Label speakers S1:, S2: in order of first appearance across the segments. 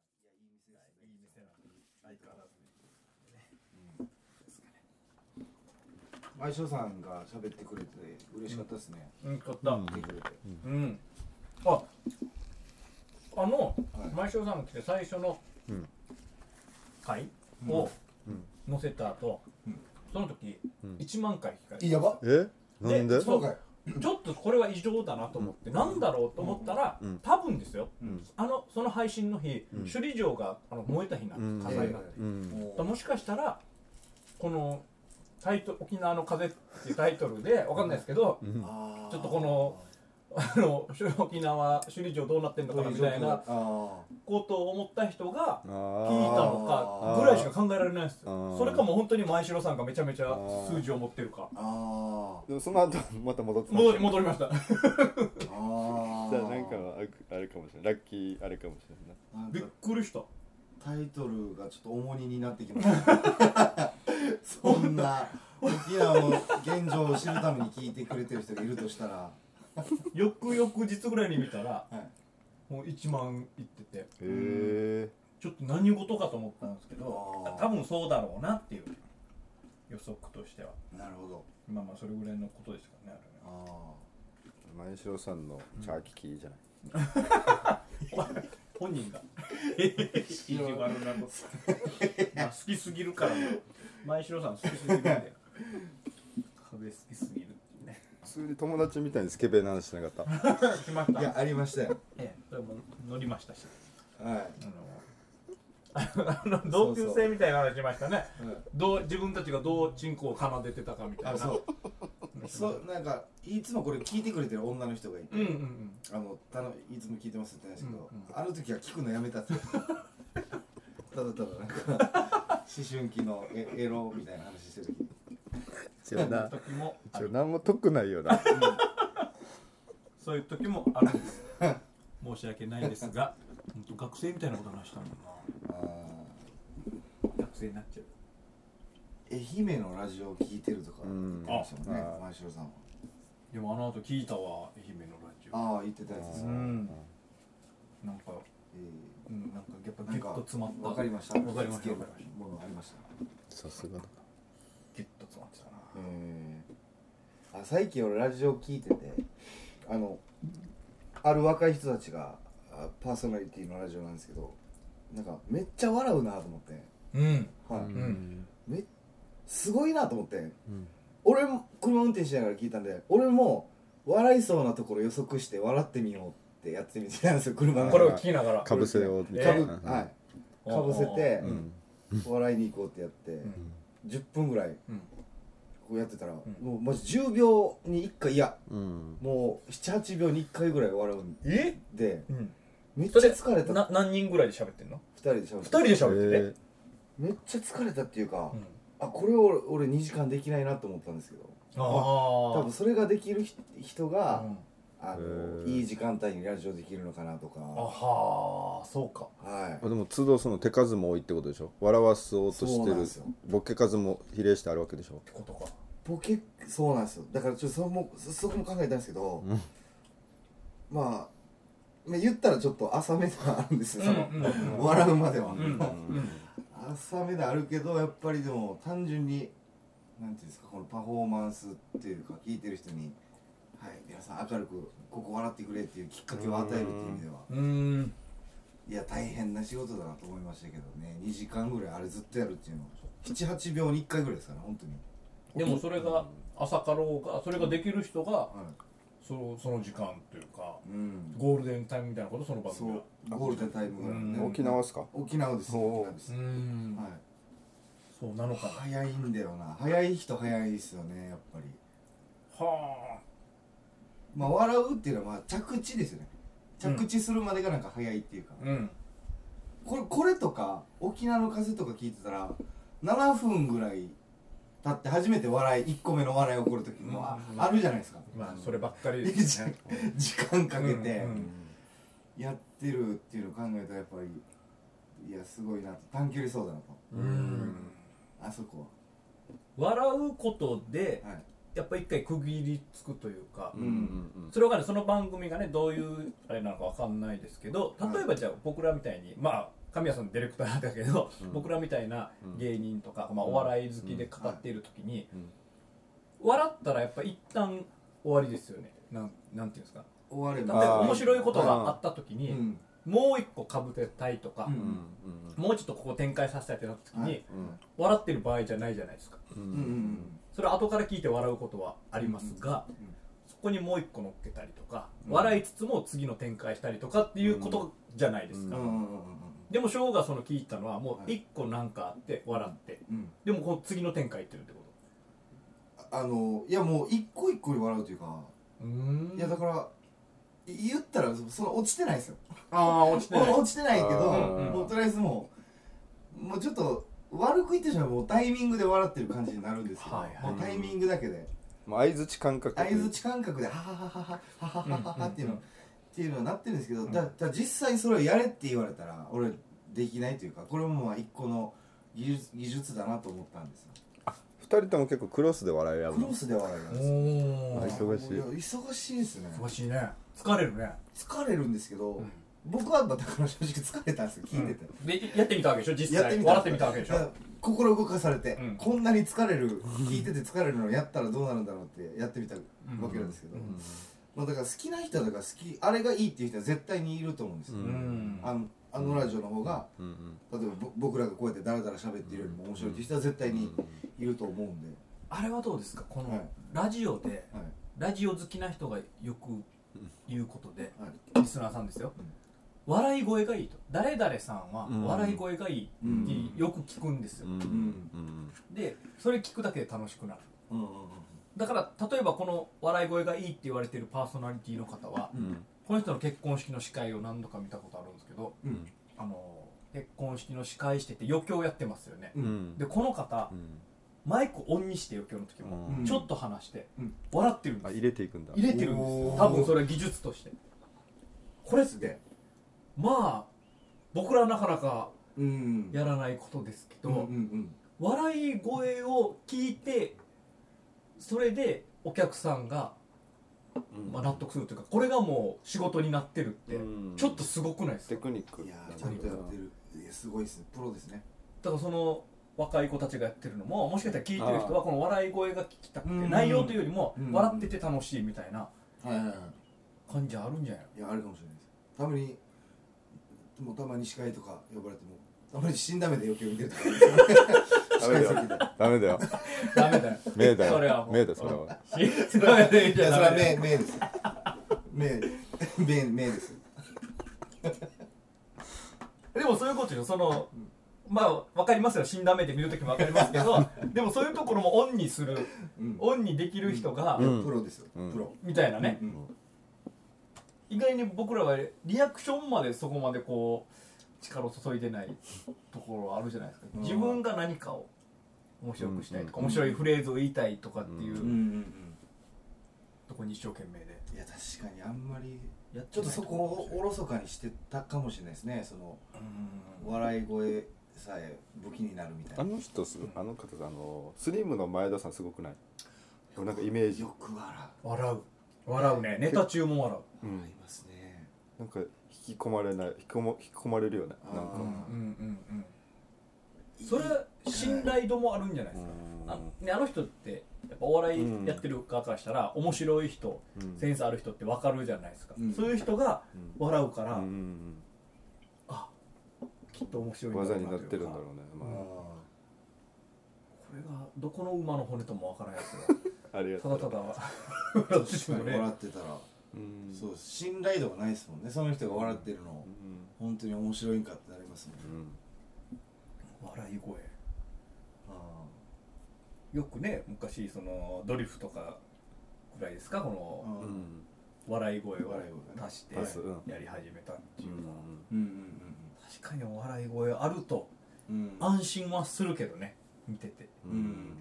S1: ですねいい店なんで相変わらずですかね
S2: 前翔さんが喋ってくれて嬉しかったですね。
S3: うん買った
S2: 来てくれて。
S3: うんああの、
S2: はい
S3: 前翔さんが来て最初の
S4: うん
S3: 回を
S4: うん
S3: 載せた後、
S2: うん
S3: その時
S4: うん
S3: 1万回聞かれ
S2: いやば。
S4: えなんで
S3: でそう
S2: かい。
S3: ちょっとこれは異常だなと思って、なんだろうと思ったら、
S4: うん
S3: 多分ですよ、
S2: うん
S3: あのその配信の日、
S4: うん
S3: 首里城があの燃えた日なんです、
S4: うん
S3: 火災が、
S4: うん
S2: も
S3: もしかしたらこのタイトル「沖縄の風」っていうタイトルでわかんないですけど、
S4: うん
S2: う
S3: ちょっとこのあの沖縄首里城どうなってんのかなみたいな
S2: あ
S3: ことを思った人が
S4: あ
S3: 聞いた
S4: ー
S3: のかぐらいしか考えられないです
S4: あー
S3: それかも本当に前城さんがめちゃめちゃ数字を持ってるか
S2: ああ
S4: でもその後また戻ってた
S3: 戻り戻りました
S2: ああ
S5: じゃあなんかああれかもしれないラッキーあれかもしれないな
S2: なん
S3: びっ
S2: か
S3: くりした
S2: タイトルがちょっと重荷になってきました。 そんな沖縄の現状を知るために聞いてくれてる人がいるとしたら、
S3: 翌々日ぐらいに見たら
S2: はい
S3: もう1万いってて
S4: へえ
S3: ちょっと何事かと思ったんですけ
S2: あ
S3: ど
S2: ー
S3: 多分そうだろうなっていう予測としては
S2: なるほど。
S3: まあまあそれぐらいのことですからねあ
S2: あ
S5: 前城さんのチャーキキーじゃない、
S3: れね本人が 意地悪なの まあ好きすぎるからね前城さん好きすぎるんで壁好きすぎるって いうね
S5: 普通に友達みたいにスケベな話しなかった
S3: 来まし
S2: あ。いや
S3: た
S2: ありましたよ。
S3: ええそれも乗りましたし
S2: は
S3: あ のあの同級生みたいな話しましたね
S2: い。うん
S3: どう自分たちがどうチンコを奏でてたかみたい
S2: あ
S3: な
S2: そう。そうなんかいつもこれ聞いてくれてる女の人がいて、
S3: うんうんうん
S2: あのたのいつも聞いてますって言ってないですけど、
S3: うんうん
S2: あの時は聞くのやめたって言 ってたただただなんか思春期のエエロみたいな話してる時
S5: 一応な
S3: 時もあ
S5: 一応
S3: る
S5: 何も得ないよな
S3: そういう時もあるんです申し訳ないですが本当学生みたいなこと話したもん
S2: あ
S3: な学生になっちゃう
S2: ー愛媛のラジオを聞いてるとか言ってましたもんね、
S5: うん
S2: 前城さんは
S3: でもあの後聞いたわ愛媛のラジオ
S2: ああ言ってたやつです
S3: う
S2: ね、
S3: んなんか、
S2: え
S3: うん、なんかやっぱ
S2: ーな
S3: ギ
S2: ん
S3: ュッと詰まった
S2: わかりました
S3: わかりまし
S2: つ
S3: た
S2: けるものありました
S5: さすがだ
S3: ギュッと詰まってたな
S2: あ最近俺ラジオ聞いててあのある若い人たちがあパーソナリティのラジオなんですけどなんかめっちゃ笑うなと思って、
S3: うん
S2: はい
S3: ん
S2: めすごいなと思って
S4: うん
S2: 俺も車運転しながら聞いたんで俺も笑いそうなところ予測して笑ってみようってやってみてたんですよ車の
S3: これ
S2: 中
S3: を聞きながら
S5: かぶせようみ
S2: か
S5: た
S2: ぶ
S5: い
S3: え
S5: な、
S2: はいかぶせて
S5: う、ん
S2: 笑いに行こうってやって、
S3: ん
S2: 10分ぐらい
S3: うん
S2: こうやってたら、
S3: ん
S2: もうマジ10秒に1回いや
S5: うん
S2: もう78秒に1回ぐらい笑うん
S3: え
S2: で
S3: うん
S2: めっちゃ疲れた2
S3: な何人ぐらいで喋ってんの
S2: 人で喋っ
S3: 二
S2: て
S3: 人で
S5: え
S3: 喋ってて、
S2: めっちゃ疲れたっていうか、
S3: うん、
S2: あこれを俺2時間できないなと思ったんですけど
S3: ああ
S2: 多分それができるひ人が、
S3: うん
S2: あ
S5: へ
S2: の
S5: ー
S2: いい時間帯にラジオできるのかなとか
S3: あはーそうか
S2: は
S5: あでも都度その手数も多いってことでしょ笑わそう
S2: い
S5: と
S2: そ
S5: し
S2: う
S5: て
S2: なん
S5: る
S2: ですよ
S5: ボケ数も比例してあるわけでしょ
S3: ってことか
S2: ボケそうなんですよだからちょっとそこもそそこも考えたんですけど、
S5: うん
S2: まあ、まあ言ったらちょっと浅めではあるんですよその、
S3: うんうん
S2: 笑うまでは、
S3: うんうん
S2: 浅めであるけどやっぱりでも単純になんていうんですかこのパフォーマンスっていうか聞いてる人に「はい皆さん明るくここ笑ってくれ」っていうきっかけを与えるっていう意味では
S3: うーん
S2: いや大変な仕事だなと思いましたけどね2時間ぐらいあれずっとやるっていうの78秒に1回ぐらいですから本当に、
S3: でもそれが朝かろうがそれができる人が
S2: は
S3: そのその時間というか
S2: い、うん
S3: ゴールデンタイムみたいなことその番組は
S2: そうゴールデンタイムぐらいね
S3: うん
S5: 沖縄っすか
S2: 沖縄です
S5: おー
S2: 沖縄です
S3: うーん
S2: はい
S3: そうなのかな
S2: 早いんだよな早い人早いですよねやっぱり
S3: は
S2: まあ笑うっていうのはまあ着地ですよね着地するまでがなんか早いっていうか、
S3: あうん
S2: これこれとか沖縄の風とか聞いてたら7分ぐらい経って初めて笑い1個目の笑い起こる時もあ
S3: うん
S2: あるじゃないですか、
S3: まあそればっかり
S2: じゃ 時間かけ
S3: う
S2: て
S3: んうん
S2: やってるっていうのを考えたらやっぱりいやすごいなと短距離そうだなと
S3: うん
S2: あそこ
S3: 笑うことで
S2: ははい
S3: やっぱ一回区切りつくというか
S2: ん
S5: うん
S3: それはねその番組がねどういうあれなのかわかんないですけど例えばじゃあ僕らみたいにまあ神谷さんディレクターだけど、僕らみたいな芸人とか、まあ、お笑い好きで語っている時に、笑ったらやっぱ一旦終わりですよねなんなんていうんですか
S2: 終われ
S3: 例え
S2: ば
S3: ば
S5: あー
S3: 面白いことがあった時
S2: う
S3: に、
S2: ん
S3: もう一個かぶせたいとか、
S2: うん
S3: もうちょっとここ展開させたいってなった時に、
S2: はい
S3: 笑ってる場合じゃないじゃないですか
S2: うんうん
S3: それは後から聞いて笑うことはありますが、そこにもう一個乗っけたりとか、笑いつつも次の展開したりとかっていうことじゃないです
S2: う
S3: か、
S2: んうんうん
S3: でも翔がその聞いたのはもう一個なんかあって笑って
S2: うん
S3: でもこの次の展開いってるってこ
S2: あのいやもう一個一個に笑うというか
S3: とうん
S2: いやだからい言ったらそその落ちてないですよ
S3: ああ落ちてない
S2: お落ちてないけど
S5: あ
S3: ー
S2: もうとりあえずもうもうちょっと悪く言ってしまえばもうタイミングで笑ってる感じになるんですけど、
S3: はいはい
S2: もうタイミングだけで
S5: まあ相槌感覚
S2: 相づち感覚で「はははははははははは」っていうの、っていうのはなってるんですけど、だだ実際それをやれって言われたら俺できないというかこれもまあ一個の技術技術だなと思ったんですよ
S5: 二人とも結構クロスで笑い合う
S2: クロスで笑いなんですよ
S3: お
S5: は
S3: お
S5: い忙しい
S2: や忙しいですね
S3: 忙しいね疲れるね
S2: 疲れるんですけど、僕はだから正直疲れたんですよ聞いてて、
S3: でやってみたわけでしょ実
S2: やっ
S3: 際
S2: てみた
S3: 笑ってみたわけでし
S2: だから
S3: ょ
S2: 心動かされて、
S3: うん
S2: こんなに疲れる聞いてて疲れるのをやったらどうなるんだろうってやってみたわけなんですけど、まあ、だから好きな人とか好きあれがいいっていう人は絶対にいると思うんですよ、
S3: うん
S2: あのあのラジオの方が、
S5: うんうん
S2: 例えばぼ僕らがこうやってダラダラ喋ってるよりも面白いっていう人は絶対にいると思うんで、
S3: あれはどうですかこ
S2: はい
S3: のラジオで
S2: はい
S3: ラジオ好きな人がよく言うことで
S2: はい
S3: リスナーさんですよ笑い声がいいと誰々さんは
S5: うん
S3: 笑い声がいいってよく聞くんですよ
S5: うんうん
S3: でそれ聞くだけで楽しくなる
S2: うんうんうん
S3: だから例えばこの笑い声がいいって言われてるパーソナリティの方は、この人の結婚式の司会を何度か見たことあるんですけど、
S2: うん
S3: あの結婚式の司会してて余興やってますよね、
S5: うんう
S2: うん
S3: でこの方
S5: うん
S3: マイクオンにして余興の時も、
S2: うん
S3: ちょっと話して、
S2: うん
S3: 笑ってるん
S5: あ
S3: です
S5: 入れていくんだ
S3: 入れてるんです
S2: おー
S3: 多分それは技術としてこれっ
S2: す
S3: す
S2: げえ
S3: まあ僕らなかなか
S2: うん
S3: やらないことですけど、
S2: うんうん
S3: 笑い声を聞いてそれでお客さんが、まあ、納得するというかこれがもう仕事になってるって、
S5: うん
S3: ちょっとすごくないですか
S4: テクニッ
S2: う
S4: ク
S2: んいやーちゃんとやってるいやすごいですねプロですね
S3: だからその若い子たちがやってるのももしかしたら聞いてる人はこの笑い声が聞きたくて
S2: うん
S3: 内容というよりも
S2: うん
S3: 笑ってて楽しいみたいな
S2: はいはいはい
S3: 感じあるんじゃない
S2: いやあるかもしれないですたまにもうたまに司会とか呼ばれてもたまに死んだ目で余計見てるとかあるんですよ
S4: ダメだよ
S5: ダメだよ
S3: のダメだよ
S5: 目だ
S3: それは
S5: よ
S3: もう
S5: 目だよそれは
S3: それはい
S2: やそれ
S3: ダ
S2: は
S3: メだよ
S2: 目目ですよ目目目ですよ
S3: でもそういうことよそのまあ分かりますよ死んだ目で見るときも分かりますけどでもそういうところもオンにする
S2: うん
S3: オンにできる人が、
S5: うん
S2: プロですよ
S5: うん
S2: プロ
S3: みたいなね、
S2: うん
S3: 意外に僕らはリアクションまでそこまでこう力を注いでないところはあるじゃないですか、
S2: うん
S3: 自分が何かを面白くしたいとか、面白いフレーズを言いたいとかっていう、
S2: うんうんうん
S3: とこに一生懸命で
S2: いや確かにあんまり
S3: やっ
S2: ちょっとそこをおろそかにしてたかもしれないですねその笑い声さえ武器になるみたい
S5: あ
S2: な
S5: の人すあの方さあのスリムの前田さんすごくない俺なんかイメージ
S2: よく笑
S3: 笑う笑うねネタ中も笑
S5: う
S2: うんありますね
S5: なんか引き込まれない引き込ま引き込まれるよね
S2: あー
S5: なんか
S3: う、うんうんうんそれは信頼度もあるんじゃないですか、あね、あの人ってやっぱお笑いやってる側からしたら、面白い人、
S5: うん
S3: センスある人って分かるじゃないですか、
S2: うん
S3: そういう人が笑うから、
S5: うん
S3: あきっと面白いんだろう
S5: 技
S3: とい
S5: に
S3: うか
S5: なってるんだろうね、
S2: あ
S5: ま
S3: これがどこの馬の骨とも分からんや
S5: あ、ありが
S3: つが
S5: とう
S3: ただただ
S2: あ
S3: 笑って
S2: 確
S3: て
S2: か
S3: も
S2: に
S3: ね
S2: 笑ってたら
S5: うん
S2: そうです信頼度がないですもんねその人が笑ってるのを本当に面白いんかってなりますもんね
S5: うん
S3: 笑い声
S2: あ
S3: よくね昔そのドリフとかくらいですかこ
S2: ー
S3: の
S5: う
S2: うん
S5: ん
S3: 笑い声
S2: 笑い
S3: を
S2: 声ね
S3: 足して
S5: パスうん
S3: やり始めたっていううのは、
S5: ん
S2: うん
S3: 確かにお笑い声あると
S2: うんうんうん
S3: 安心はするけどね見てて
S5: う
S2: うんん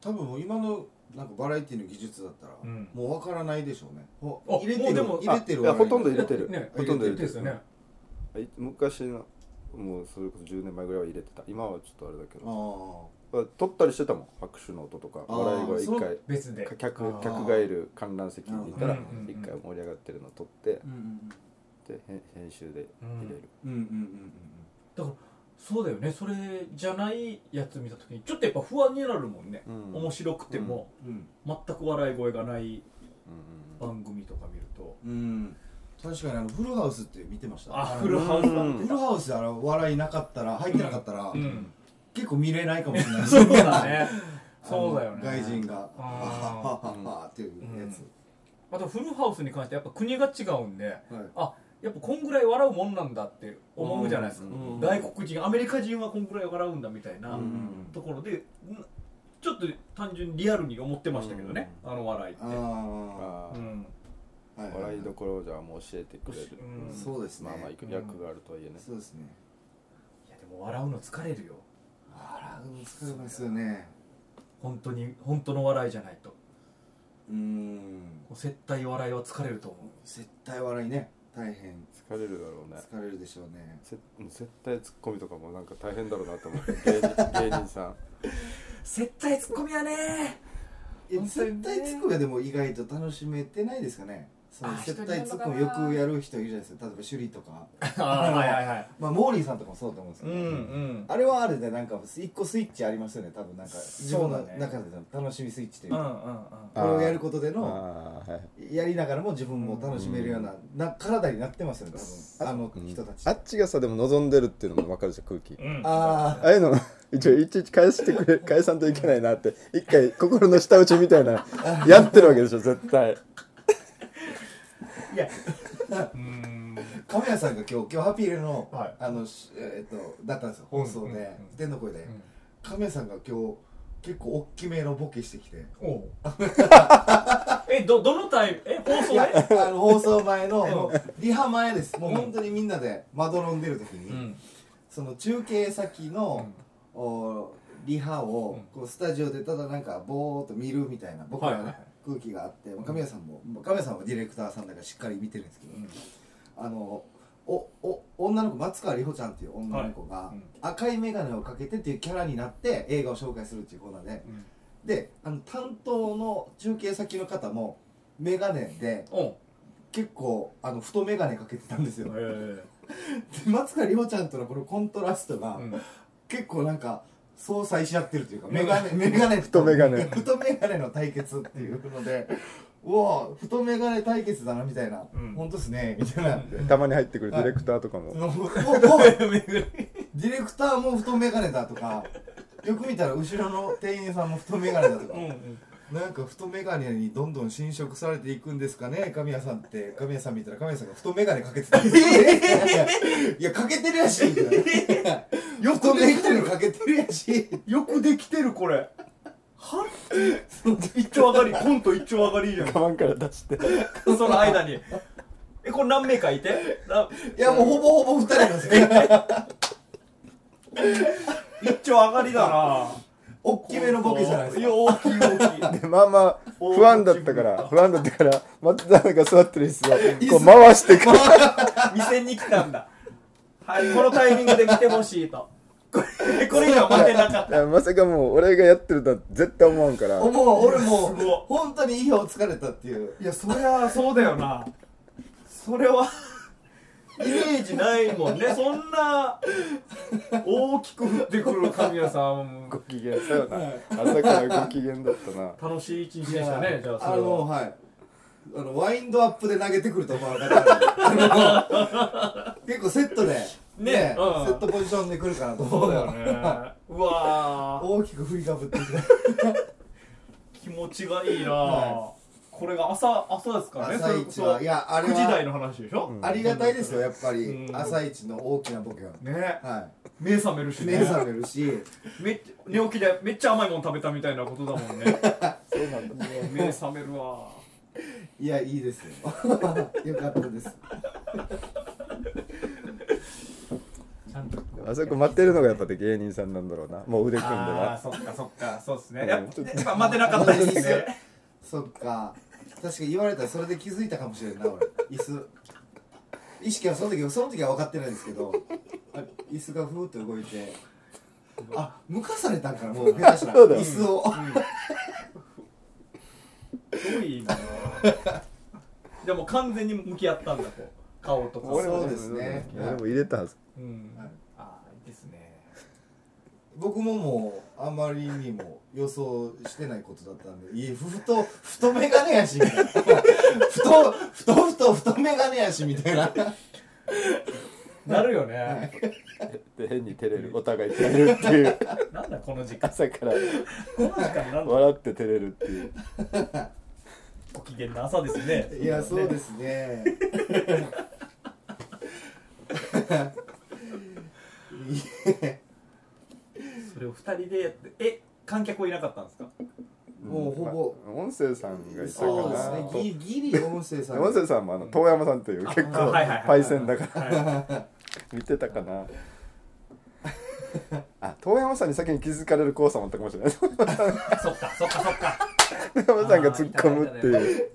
S2: 多分もう今のなんかバラエティの技術だったら
S3: うん
S2: もうわからないでしょうねほ
S3: あ
S2: 入れて
S3: もうで
S2: る
S3: も
S2: 入れてる
S5: あいや
S2: 笑い
S5: ほとんど入れてる、
S3: ね
S5: ほとんど入
S3: 言っ
S5: れ
S3: ててで
S5: る
S3: すよね、
S5: はい昔のもうそれこそ10年前ぐらいは入れてた今はちょっとあれだけ
S2: あ
S5: ど
S2: あ
S5: 撮ったりしてたもん拍手の音とか
S2: あー
S5: 笑い声一回
S3: 別で
S5: か客客がいる観覧席にいたら
S3: なるほどね
S5: 一回盛り上がってるの撮って
S2: うん
S5: でへん編集で入れる
S2: うんうんうんうんうんうん
S3: だからそうだよねそれじゃないやつ見た時にちょっとやっぱ不安になるもんね、
S5: うん
S3: 面白くても、
S2: うん
S3: 全く笑い声がない
S5: うん
S3: 番組とか見ると、
S2: うん確かにあのフルハウスって見てました
S3: あフルハウスだ
S5: うん
S2: フルハウスであの笑いなかったら入ってなかったら、
S3: うん
S2: 結構見れないかもしれない
S3: そうだねそうだよね
S2: あの外人が「はは
S3: あ
S2: はは」っていうやつ、
S3: あとフルハウスに関してやっぱ国が違うんで
S2: はい
S3: あやっぱこんぐらい笑うもんなんだって思うじゃないですか、
S5: うん
S3: 外国人アメリカ人はこんぐらい笑うんだみたいな
S2: うん
S3: ところで、んちょっと単純にリアルに思ってましたけどね、あの笑いって、
S2: あ
S5: あ
S2: ー
S5: あ
S3: うん
S2: はいはい
S5: 笑いどころじゃあもう教えてくれる
S3: うん
S2: そうですね
S5: まあまあ役があるとはいえね
S2: そうですね
S3: いやでも笑うの疲れるよ
S2: 笑うの疲れますよね
S3: 本当に本当の笑いじゃないと
S2: うーん
S3: 接待笑いは疲れると思
S2: 絶対笑いね大変
S5: 疲れるだろうね
S2: 疲れるでしょうね
S5: せ絶対ツッコミとかもなんか大変だろうなと思って芸人芸人さん
S3: う接待ツッコミはね
S2: え
S3: 本当に
S2: 絶
S3: ね
S2: 対ツッコミはでも意外と楽しめてないですかねその
S3: あ
S2: 絶
S3: 人に
S2: 対
S3: よる
S2: ツ
S3: の
S2: ッ
S3: か
S2: コ
S3: な
S2: ミよくやる人いるじゃないですか例えば趣里とか
S3: ああはいはいはい
S2: まあモーリーさんとかもそうだと思うんです
S3: う
S2: け
S3: ん
S2: ど、
S3: うん
S2: あれはあれでなんか一個スイッチありますよね多分なんか自分の
S3: そうだね
S2: 中での楽しみスイッチという
S3: うんうんう
S2: か、
S3: ん
S2: これをやることでの
S4: ああはい
S2: やりながらも自分も楽しめるような,、な体になってますよね多分あの
S4: うん
S2: 人たち、
S4: あっちがさでも望んでるっていうのも分かるじゃん空気
S3: うん
S2: あ
S4: ああいうの 一応いちいち返してくれ返さんといけないなって一回心の下打ちみたいなやってるわけでしょ絶対
S3: いやうん
S2: 神谷さんが今日今日ハピーレの,、
S3: はい
S2: あのしえっとだったんですよ放送
S3: うんうんうん
S2: で天の声で、神谷さんが今日結構大きめのボケしてきて
S3: おうえどどのタイプえ放送
S2: あ
S3: で
S2: の放送前のもうリハ前ですもう本当にみんなでまどろんでる時に、
S3: うん
S2: その中継先の、おリハをこうスタジオでただなんかぼーっと見るみたいな僕ら
S3: はい
S2: の
S3: はいはい
S2: 空気があってまあ神谷さんもまあ神谷さんはディレクターさんだからしっかり見てるんですけど、あのおお女の子松川里帆ちゃんっていう女の子が
S3: いうん
S2: 赤い眼鏡をかけてっていうキャラになって映画を紹介するっていうコーナーで、
S3: うん
S2: であの担当の中継先の方も眼鏡で
S3: おう
S2: 結構あの太眼鏡かけてたんですよ、
S3: えー
S2: で松川里帆ちゃんとのこのコントラストが、
S3: うん
S2: 結構なんか相殺し合ってるというかメガネメガネ
S4: 太メガネ
S2: 太メガネの対決っていうのでうわ太メガネ対決だなみたいな、
S3: うん
S2: 本当っすねみたいな、
S4: たまに入ってくるディレクターとかも
S2: もうもうディレクターも太メガネだとかよく見たら後ろの店員さんも太メガネだとか、
S3: うん
S2: なんか太メガネにどんどん侵食されていくんですかね神谷さんって神谷さん見たら神谷さんが太メガネかけ てたんですよねいやかけてるやしみたいなよくメガネかけてるやし
S6: よくできてるこれは
S2: その時
S6: 一丁上がりコント一丁上がりじゃん
S4: カバンから出して
S3: その間にえこれ何名かいてない
S2: やもうほぼほぼ二人なん ですね。
S6: 一丁上がりだな
S2: おっきめのボケじゃないです
S6: い
S2: か
S6: や。大きい大きい
S4: でまあまあ不安だったから不安だったから松田さんが座ってる椅子をこう回してくる
S6: 店に来たんだはいこのタイミングで来てほしいとこれこれ以上待てなかっ
S4: いやまさかもう俺がやってるとは絶対思わんから
S2: おもう俺も
S6: すごいう
S2: 本当に意表をつかれたっていう
S6: たいやそりゃそうだよなそれは
S3: イメージないもんねそんな大きく振ってくる神谷さん
S5: ご機嫌だよな朝からご機嫌だったな
S3: 楽しい一日でしたねじゃあそ
S2: あ
S3: れ
S2: の
S3: は
S2: はいあのワインドアップで投げてくると思わなかったんであ の結構セットで
S3: ね
S2: ね
S3: うん
S2: セットポジションで来るかなと思
S3: そううだよねうわー
S2: 大きく振りかぶって きた
S3: 気持ちがいいな、
S2: は
S3: これが朝朝ですからね
S2: 朝一
S3: それこ
S2: は
S3: そ
S2: いやあれ
S3: 9時台
S2: は
S3: の話でしょ、
S2: ありがたいですよやっぱり
S3: うん
S2: 朝一の大きなボケは
S3: ね
S2: は
S3: 目覚めるし
S2: い
S3: ね
S2: 目覚めるし
S3: めっちゃ寝起きでめっちゃ甘いもの食べたみたいなことだもんねそうなんだ目覚めるわ
S2: いやいいですよ よかったです
S3: ちゃんと
S4: あそこ待ってるのがやっぱり芸人さんなんだろうなもう腕組んで
S6: あ
S4: な
S6: あそっかそっかそうですね
S4: うん
S6: やっぱやっぱ待てなかったですね
S2: そっか確かに言われたらそれで気づいたかもしれんな俺椅子意識はその時その時は分かってないんですけどあ椅子がふーっと動いてあ向かされたんかなもう下手したら
S4: そうだよ
S2: 椅子を
S3: すごいなでも完全に向き合ったんだこう顔とか
S2: そうですね
S4: 俺も入れたはず
S3: うん
S2: はい
S3: ああいいですね
S2: 僕ももうあまりにも予想してないことだったんでいえふとふと眼鏡やしみたいなふとふとふとふと眼鏡やしみたいな
S3: なるよね。
S5: で変に照れるお互い照れるっていう
S3: なんだこの時間。
S5: 朝から
S3: この時間なんだ。
S5: 笑って照れるっていう
S3: ご機嫌な朝ですね。
S2: いやそうですね
S6: それを二人でやってえ観客はいなかったんですか
S2: もうほ
S5: ぼ音声さんがいたか
S2: そうです
S5: な
S2: ね
S5: と
S2: ギリギリ音声さん
S5: 音声さんもあの遠山さんという結
S6: あ
S5: 構
S6: はいはいはい
S5: パイセンだから見てたかなあ遠山さんに先に気づかれるコウさんもあったかもしれない遠
S3: そっかそっかそっか。
S5: 山さんが突っ込むっていう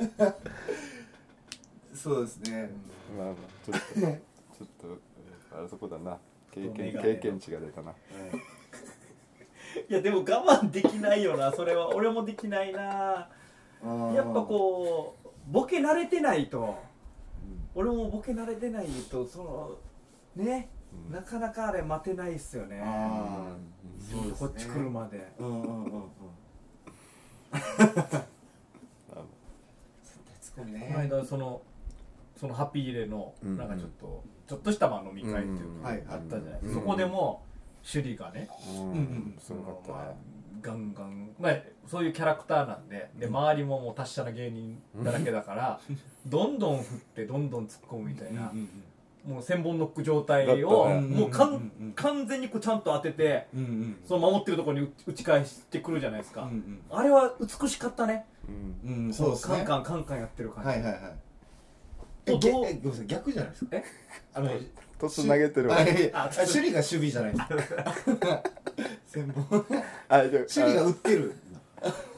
S2: そうですね
S5: まあまあちょっとちょっとあれそこだな経験経験値が出たな
S6: いやでも我慢できないよなそれは俺もできないなやっぱこうボケ慣れてないと俺もボケ慣れてないとそのね
S5: うん
S6: なかなかあれ待てないっすよね
S2: あーそうですね
S6: こっち来るまで
S2: うんうんうんうん
S5: あ
S2: 絶対ツッコミ
S3: この
S2: ね
S3: 間そのそのハッピーイレの
S5: うん
S3: なんかちょっとちょっとしたまあ飲み会っていう
S5: うん
S3: か
S2: はい
S3: あったじゃない。
S5: うん
S3: そこでも趣里がね。
S5: うん
S2: うん
S5: すごかった
S3: まあ
S5: ね
S3: ガンガン、まあ、そういうキャラクターなんでで周りももう達者な芸人だらけだ から、どんどん振ってどんどん突っ込むみたいな、もう千本ノック状態
S5: だっ
S3: を、
S5: たね
S3: もうかん、
S2: うんうんうん
S3: 完全にこうちゃんと当てて
S2: うんうん
S3: その守ってるところに打打ち返してくるじゃないですか、
S2: うん
S3: あれは美しかったね
S5: うん
S2: うんうんそうですね
S3: こカンカンカンカンやってる感じ、
S2: はいはいはい
S3: と
S2: えげ
S3: どう
S2: えごめんなさい逆じゃないですか
S3: え
S2: あの
S5: トス投げてるわ
S2: あいやいや
S3: あ
S2: あ趣里が守備じゃないですか専門趣
S5: あじゃあ
S2: 里が打ってる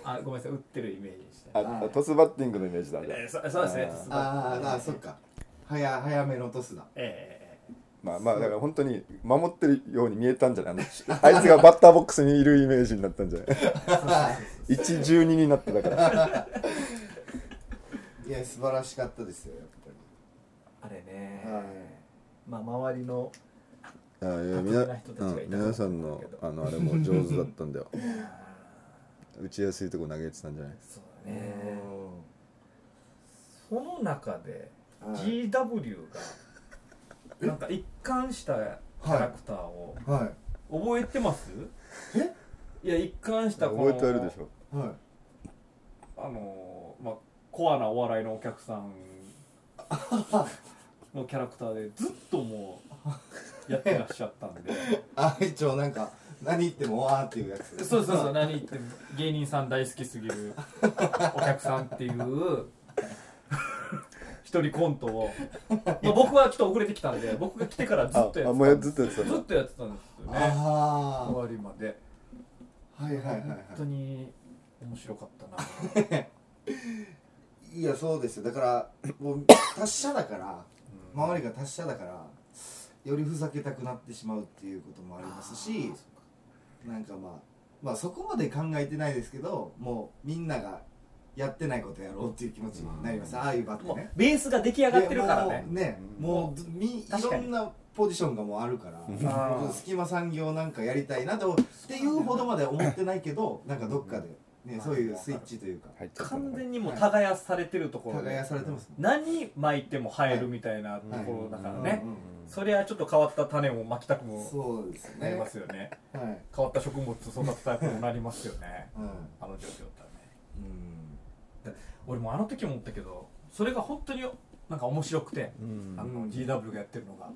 S3: あごめんなさい打ってるイメージでした、
S5: ああトスバッティングのイメージだじゃあ
S3: えーそそうですね
S5: あー
S2: あーあーそっか早早めのトスだ
S3: えー
S5: まあまあだから本当に守ってるように見えたんじゃないあの しあいつがバッターボックスにいるイメージになったんじゃない ?112 になってたから
S2: いや素晴らしかったですよやっぱ
S3: あれね、
S2: はい
S3: まあ周りの
S5: あい
S3: やみなうん皆さんのあ
S5: のあれ も上手だったんだよ打ちやすいとこ投げてたんじゃない
S3: そうだ
S2: り
S3: ね、その中で
S2: はい
S3: GW がなんか一貫したキャラクターを
S2: うんは
S3: 覚えてますいや一貫したこの
S5: 覚えてあるでしょ
S2: いはい
S3: あのーまあコアなお笑いのお客さ んのキャラクターでずっともうやってらっしゃったんで
S2: あ一応なんか何言ってもわーっていうやつ
S3: そうそうそう何言っても芸人さん大好きすぎるお客さんっていう一人コントを、まあ、僕はちょっと遅れてきたんで僕が来てからずっとやってたん
S5: ああ
S3: で
S5: もうやずっとやってた
S3: ずっ
S5: の
S3: とやってたんですよね
S2: あ
S3: 終わりまで
S2: あはいはいはい
S3: 本当
S2: は
S3: に面白かったな
S2: いいやそうですよだからもう達者だから周りが達者だからよりふざけたくなってしまうっていうこともありますしなんかまあまあそこまで考えてないですけどもうみんながやってないことやろうっていう気持ちになりますああいう場って
S6: もう
S2: ね
S6: ベースが出来上がってるからね
S2: いやもうねもうみい
S6: 確か
S2: ろ
S6: に
S2: んなポジションがもうあるから
S6: あー
S2: 隙間産業なんかやりたいなとっていうほどまで思ってないけどなんかどっかで、ね、そういうスイッチというか
S5: 入っちゃったの
S6: 完全にもう耕されてるところで
S2: 輝されてます
S3: 何巻いても生えるみたいなと
S2: はい
S3: ころだから
S2: もん
S3: ね、
S2: うんうん
S3: そりゃちょっと変わった種も巻きたくも
S2: そうです
S3: なり
S2: ね、
S3: ますよね
S2: はい、
S3: 変わった食物を育てたくもなりますよね
S2: うん
S3: あの状況だったらね
S2: うん
S3: 俺もあの時も思ったけどそれが本当になんか面白くて
S5: うん
S3: あの GW がやってるのが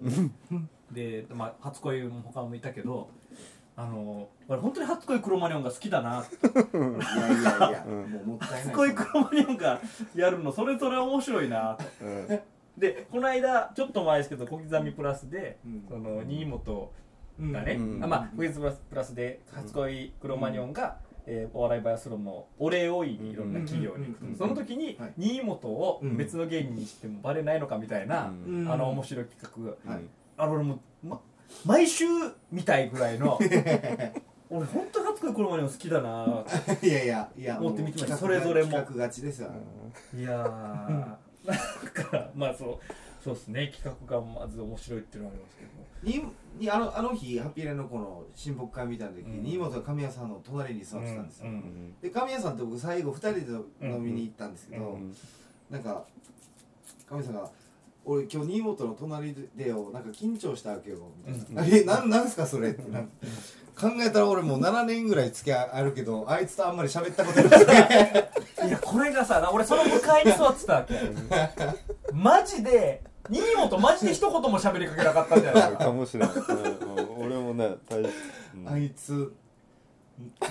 S3: で、まあ、初恋も他もいたけどあの俺本当に初恋クロマニョンが好きだなって
S2: いやいやいや、
S5: うん
S2: もうもったいない
S3: 初恋クロマニョンがやるのそれぞれ面白いなと
S5: うん
S3: でこの間ちょっと前ですけど小刻みプラスで、
S2: うん
S3: その新本がね、
S5: うん
S3: あまあ小刻みプラスプラスで初恋クロマニョンが、えーお笑いバイアスロンのお礼を言いにいろんな企業に行くと、
S2: うん
S3: その時に
S2: はい
S3: 新本を別の芸人にしてもバレないのかみたいな、
S5: うん
S3: あの面白い企画、
S2: はい
S3: あの俺もう、ま、毎週見たいぐら いの俺本当に初恋クロマニョン好きだなーって
S2: いやいやいや
S3: 持ってみてました
S2: もう企画が
S3: それぞれも
S2: 企画勝ちですよ、
S3: いやー、なんか、まあそう、そうですね、企画がまず面白いっていうのはありますけども、
S2: ににあのあの日ハッピーレンのこの親睦会みたいな時に、妹が神谷さんの隣に座ってたんですよ、で神谷さんと僕最後2人で飲みに行ったんですけど、なんか神谷さんが「俺今日新本の隣でよなんか緊張したわけよ」みたいな「えなんなんすかそれ」ってな考えたら俺もう7年ぐらい付き合いあるけどあいつとあんまり喋ったことない
S3: いやこれがさ俺その向かいに座ってたわけマジで新本マジで一言も喋りかけなかったんじゃないか
S5: かもしれない、うんうん俺もね大し、うん
S2: あいつ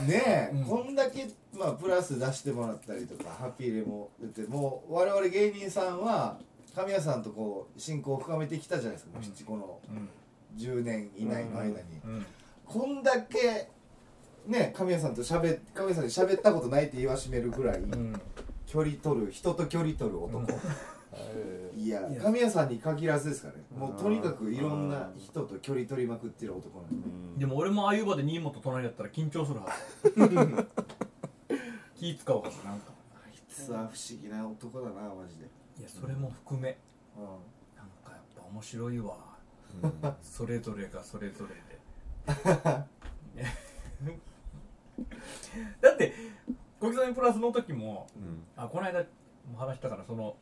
S2: ねえ、
S3: うん
S2: こんだけ、まあ、プラス出してもらったりとかハッピーレも出てもう我々芸人さんは神谷さんとこう親交を深めてきたじゃないですか、もう七この10年以内の間に、こんだけね神谷さんと喋っ神谷さんに喋ったことないって言わしめるぐらい、距離取る人と距離取る男、いや
S3: いや
S2: 神谷さんに限らずですからねもうとにかくいろんな人と距離取りまくってる男なんで、
S3: でも俺もああいう場で新本隣だったら緊張するはず気使うはずなんか
S2: あいつは不思議な男だなマジで。
S3: いやそれも含め
S2: う
S3: なんかやっぱ面白いわ、それぞれがそれぞれでね だって小木さんにプラスの時も
S5: うん
S3: あこの間も話したからその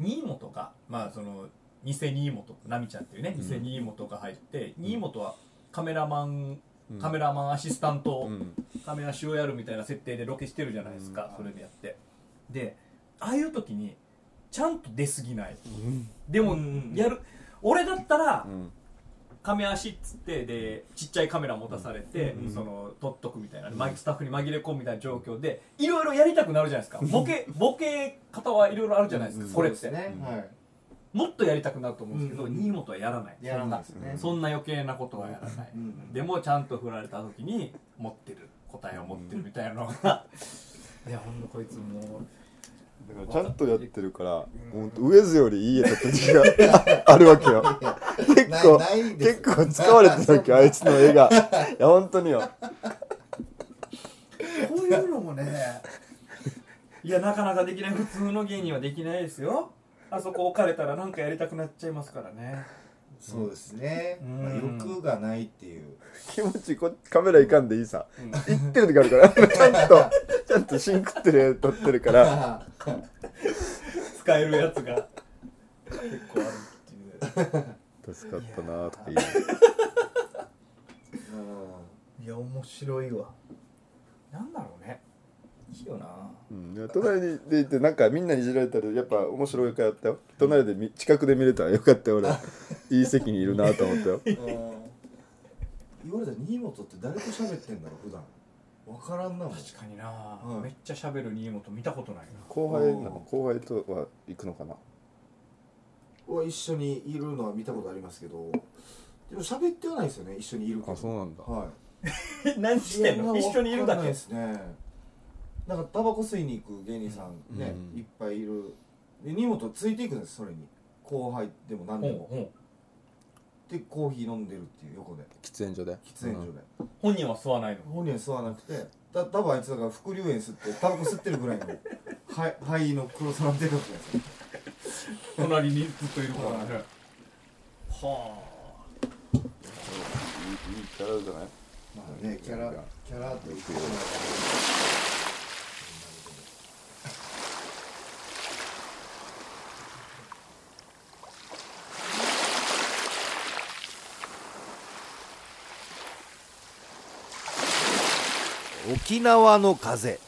S3: 新本がまあその偽新本奈美ちゃんっていうね偽新本が入って、新本はカメラマン
S5: うん
S3: カメラマンアシスタント、
S5: うん
S3: カメラ主をやるみたいな設定でロケしてるじゃないですか、それでやってでああいう時にちゃんと出過ぎない
S5: うん
S3: でも
S2: うん
S3: やる俺だったら
S5: うん
S3: 亀足っつってでちっちゃいカメラ持たされて、
S5: うん
S3: その撮っとくみたいな、マイクスタッフに紛れ込むみたいな状況でいろいろやりたくなるじゃないですかボケボケ方はいろいろあるじゃないですか、
S5: うん
S3: これっ
S2: ん、
S3: て、
S2: ね、はい
S3: もっとやりたくなると思うんですけど、
S2: うん
S3: 新本はやらない
S2: やらないですよね
S3: そんな余計なことはやらない、
S2: うん
S3: でもちゃんと振られた時に持ってる答えを持ってるみたいなのが、いやほんとこいつもう
S5: だからちゃんとやってるから、ほんと上津よりいい絵だった時があるわけよ。結構
S2: ないない、です
S5: 結構使われてるわけよ、あいつの絵が。いや、本当によ。
S3: こういうのもねいやなかなかできない普通の芸人はできないですよあそこ置かれたらなんかやりたくなっちゃいますからね
S2: そうですね、
S3: うん
S2: まあ、欲がないっていう
S5: 気持ちこカメラいかんでいいさ。行ってる時あるから、ちゃんと、ちゃんとシンクってる絵撮って るから。
S2: あ
S3: 使えるやつが結構あるっていう
S5: 助かったなとか言う。
S3: いや面白いわなんだろうねいいよな
S5: うんいや、隣にでいて、なんかみんなにいじられたら、やっぱ面白いからやったよ。隣でみ近くで見れたらよかったよ、 俺。いい席にいるなと思ったよ。
S2: 言われたら新本って誰と喋ってんだろう普段わからんなもん
S3: 確かにな、
S2: うん
S3: めっちゃ喋る新本見たことないな
S5: 後輩なの、後輩とは行くのかな。
S2: は一緒にいるのは見たことありますけどでも喋ってはないですよね一緒にいるけど
S5: あ、そうなんだ。
S2: はい
S3: え何してんの一緒にいる
S2: わか
S3: だ
S2: んない
S3: け
S2: ですねなんかタバコ吸いに行く芸人さんね、
S5: うん
S2: いっぱいいるで荷物ついていくんですそれに後輩でも何でも、
S3: うん
S2: でコーヒー飲んでるっていう横で
S5: 喫煙所で。
S2: 喫煙所で、
S3: 本人は吸わないの
S2: 本人は吸わなくてた多分あいつだから副流煙吸ってタバコ吸ってるぐらいの はい肺の黒さなんでるわけですよ
S3: 隣にずっといるから
S2: ね
S3: ねは
S5: うんいいキャラじゃない
S2: まあねキャラキャラと言って も
S1: 沖縄の風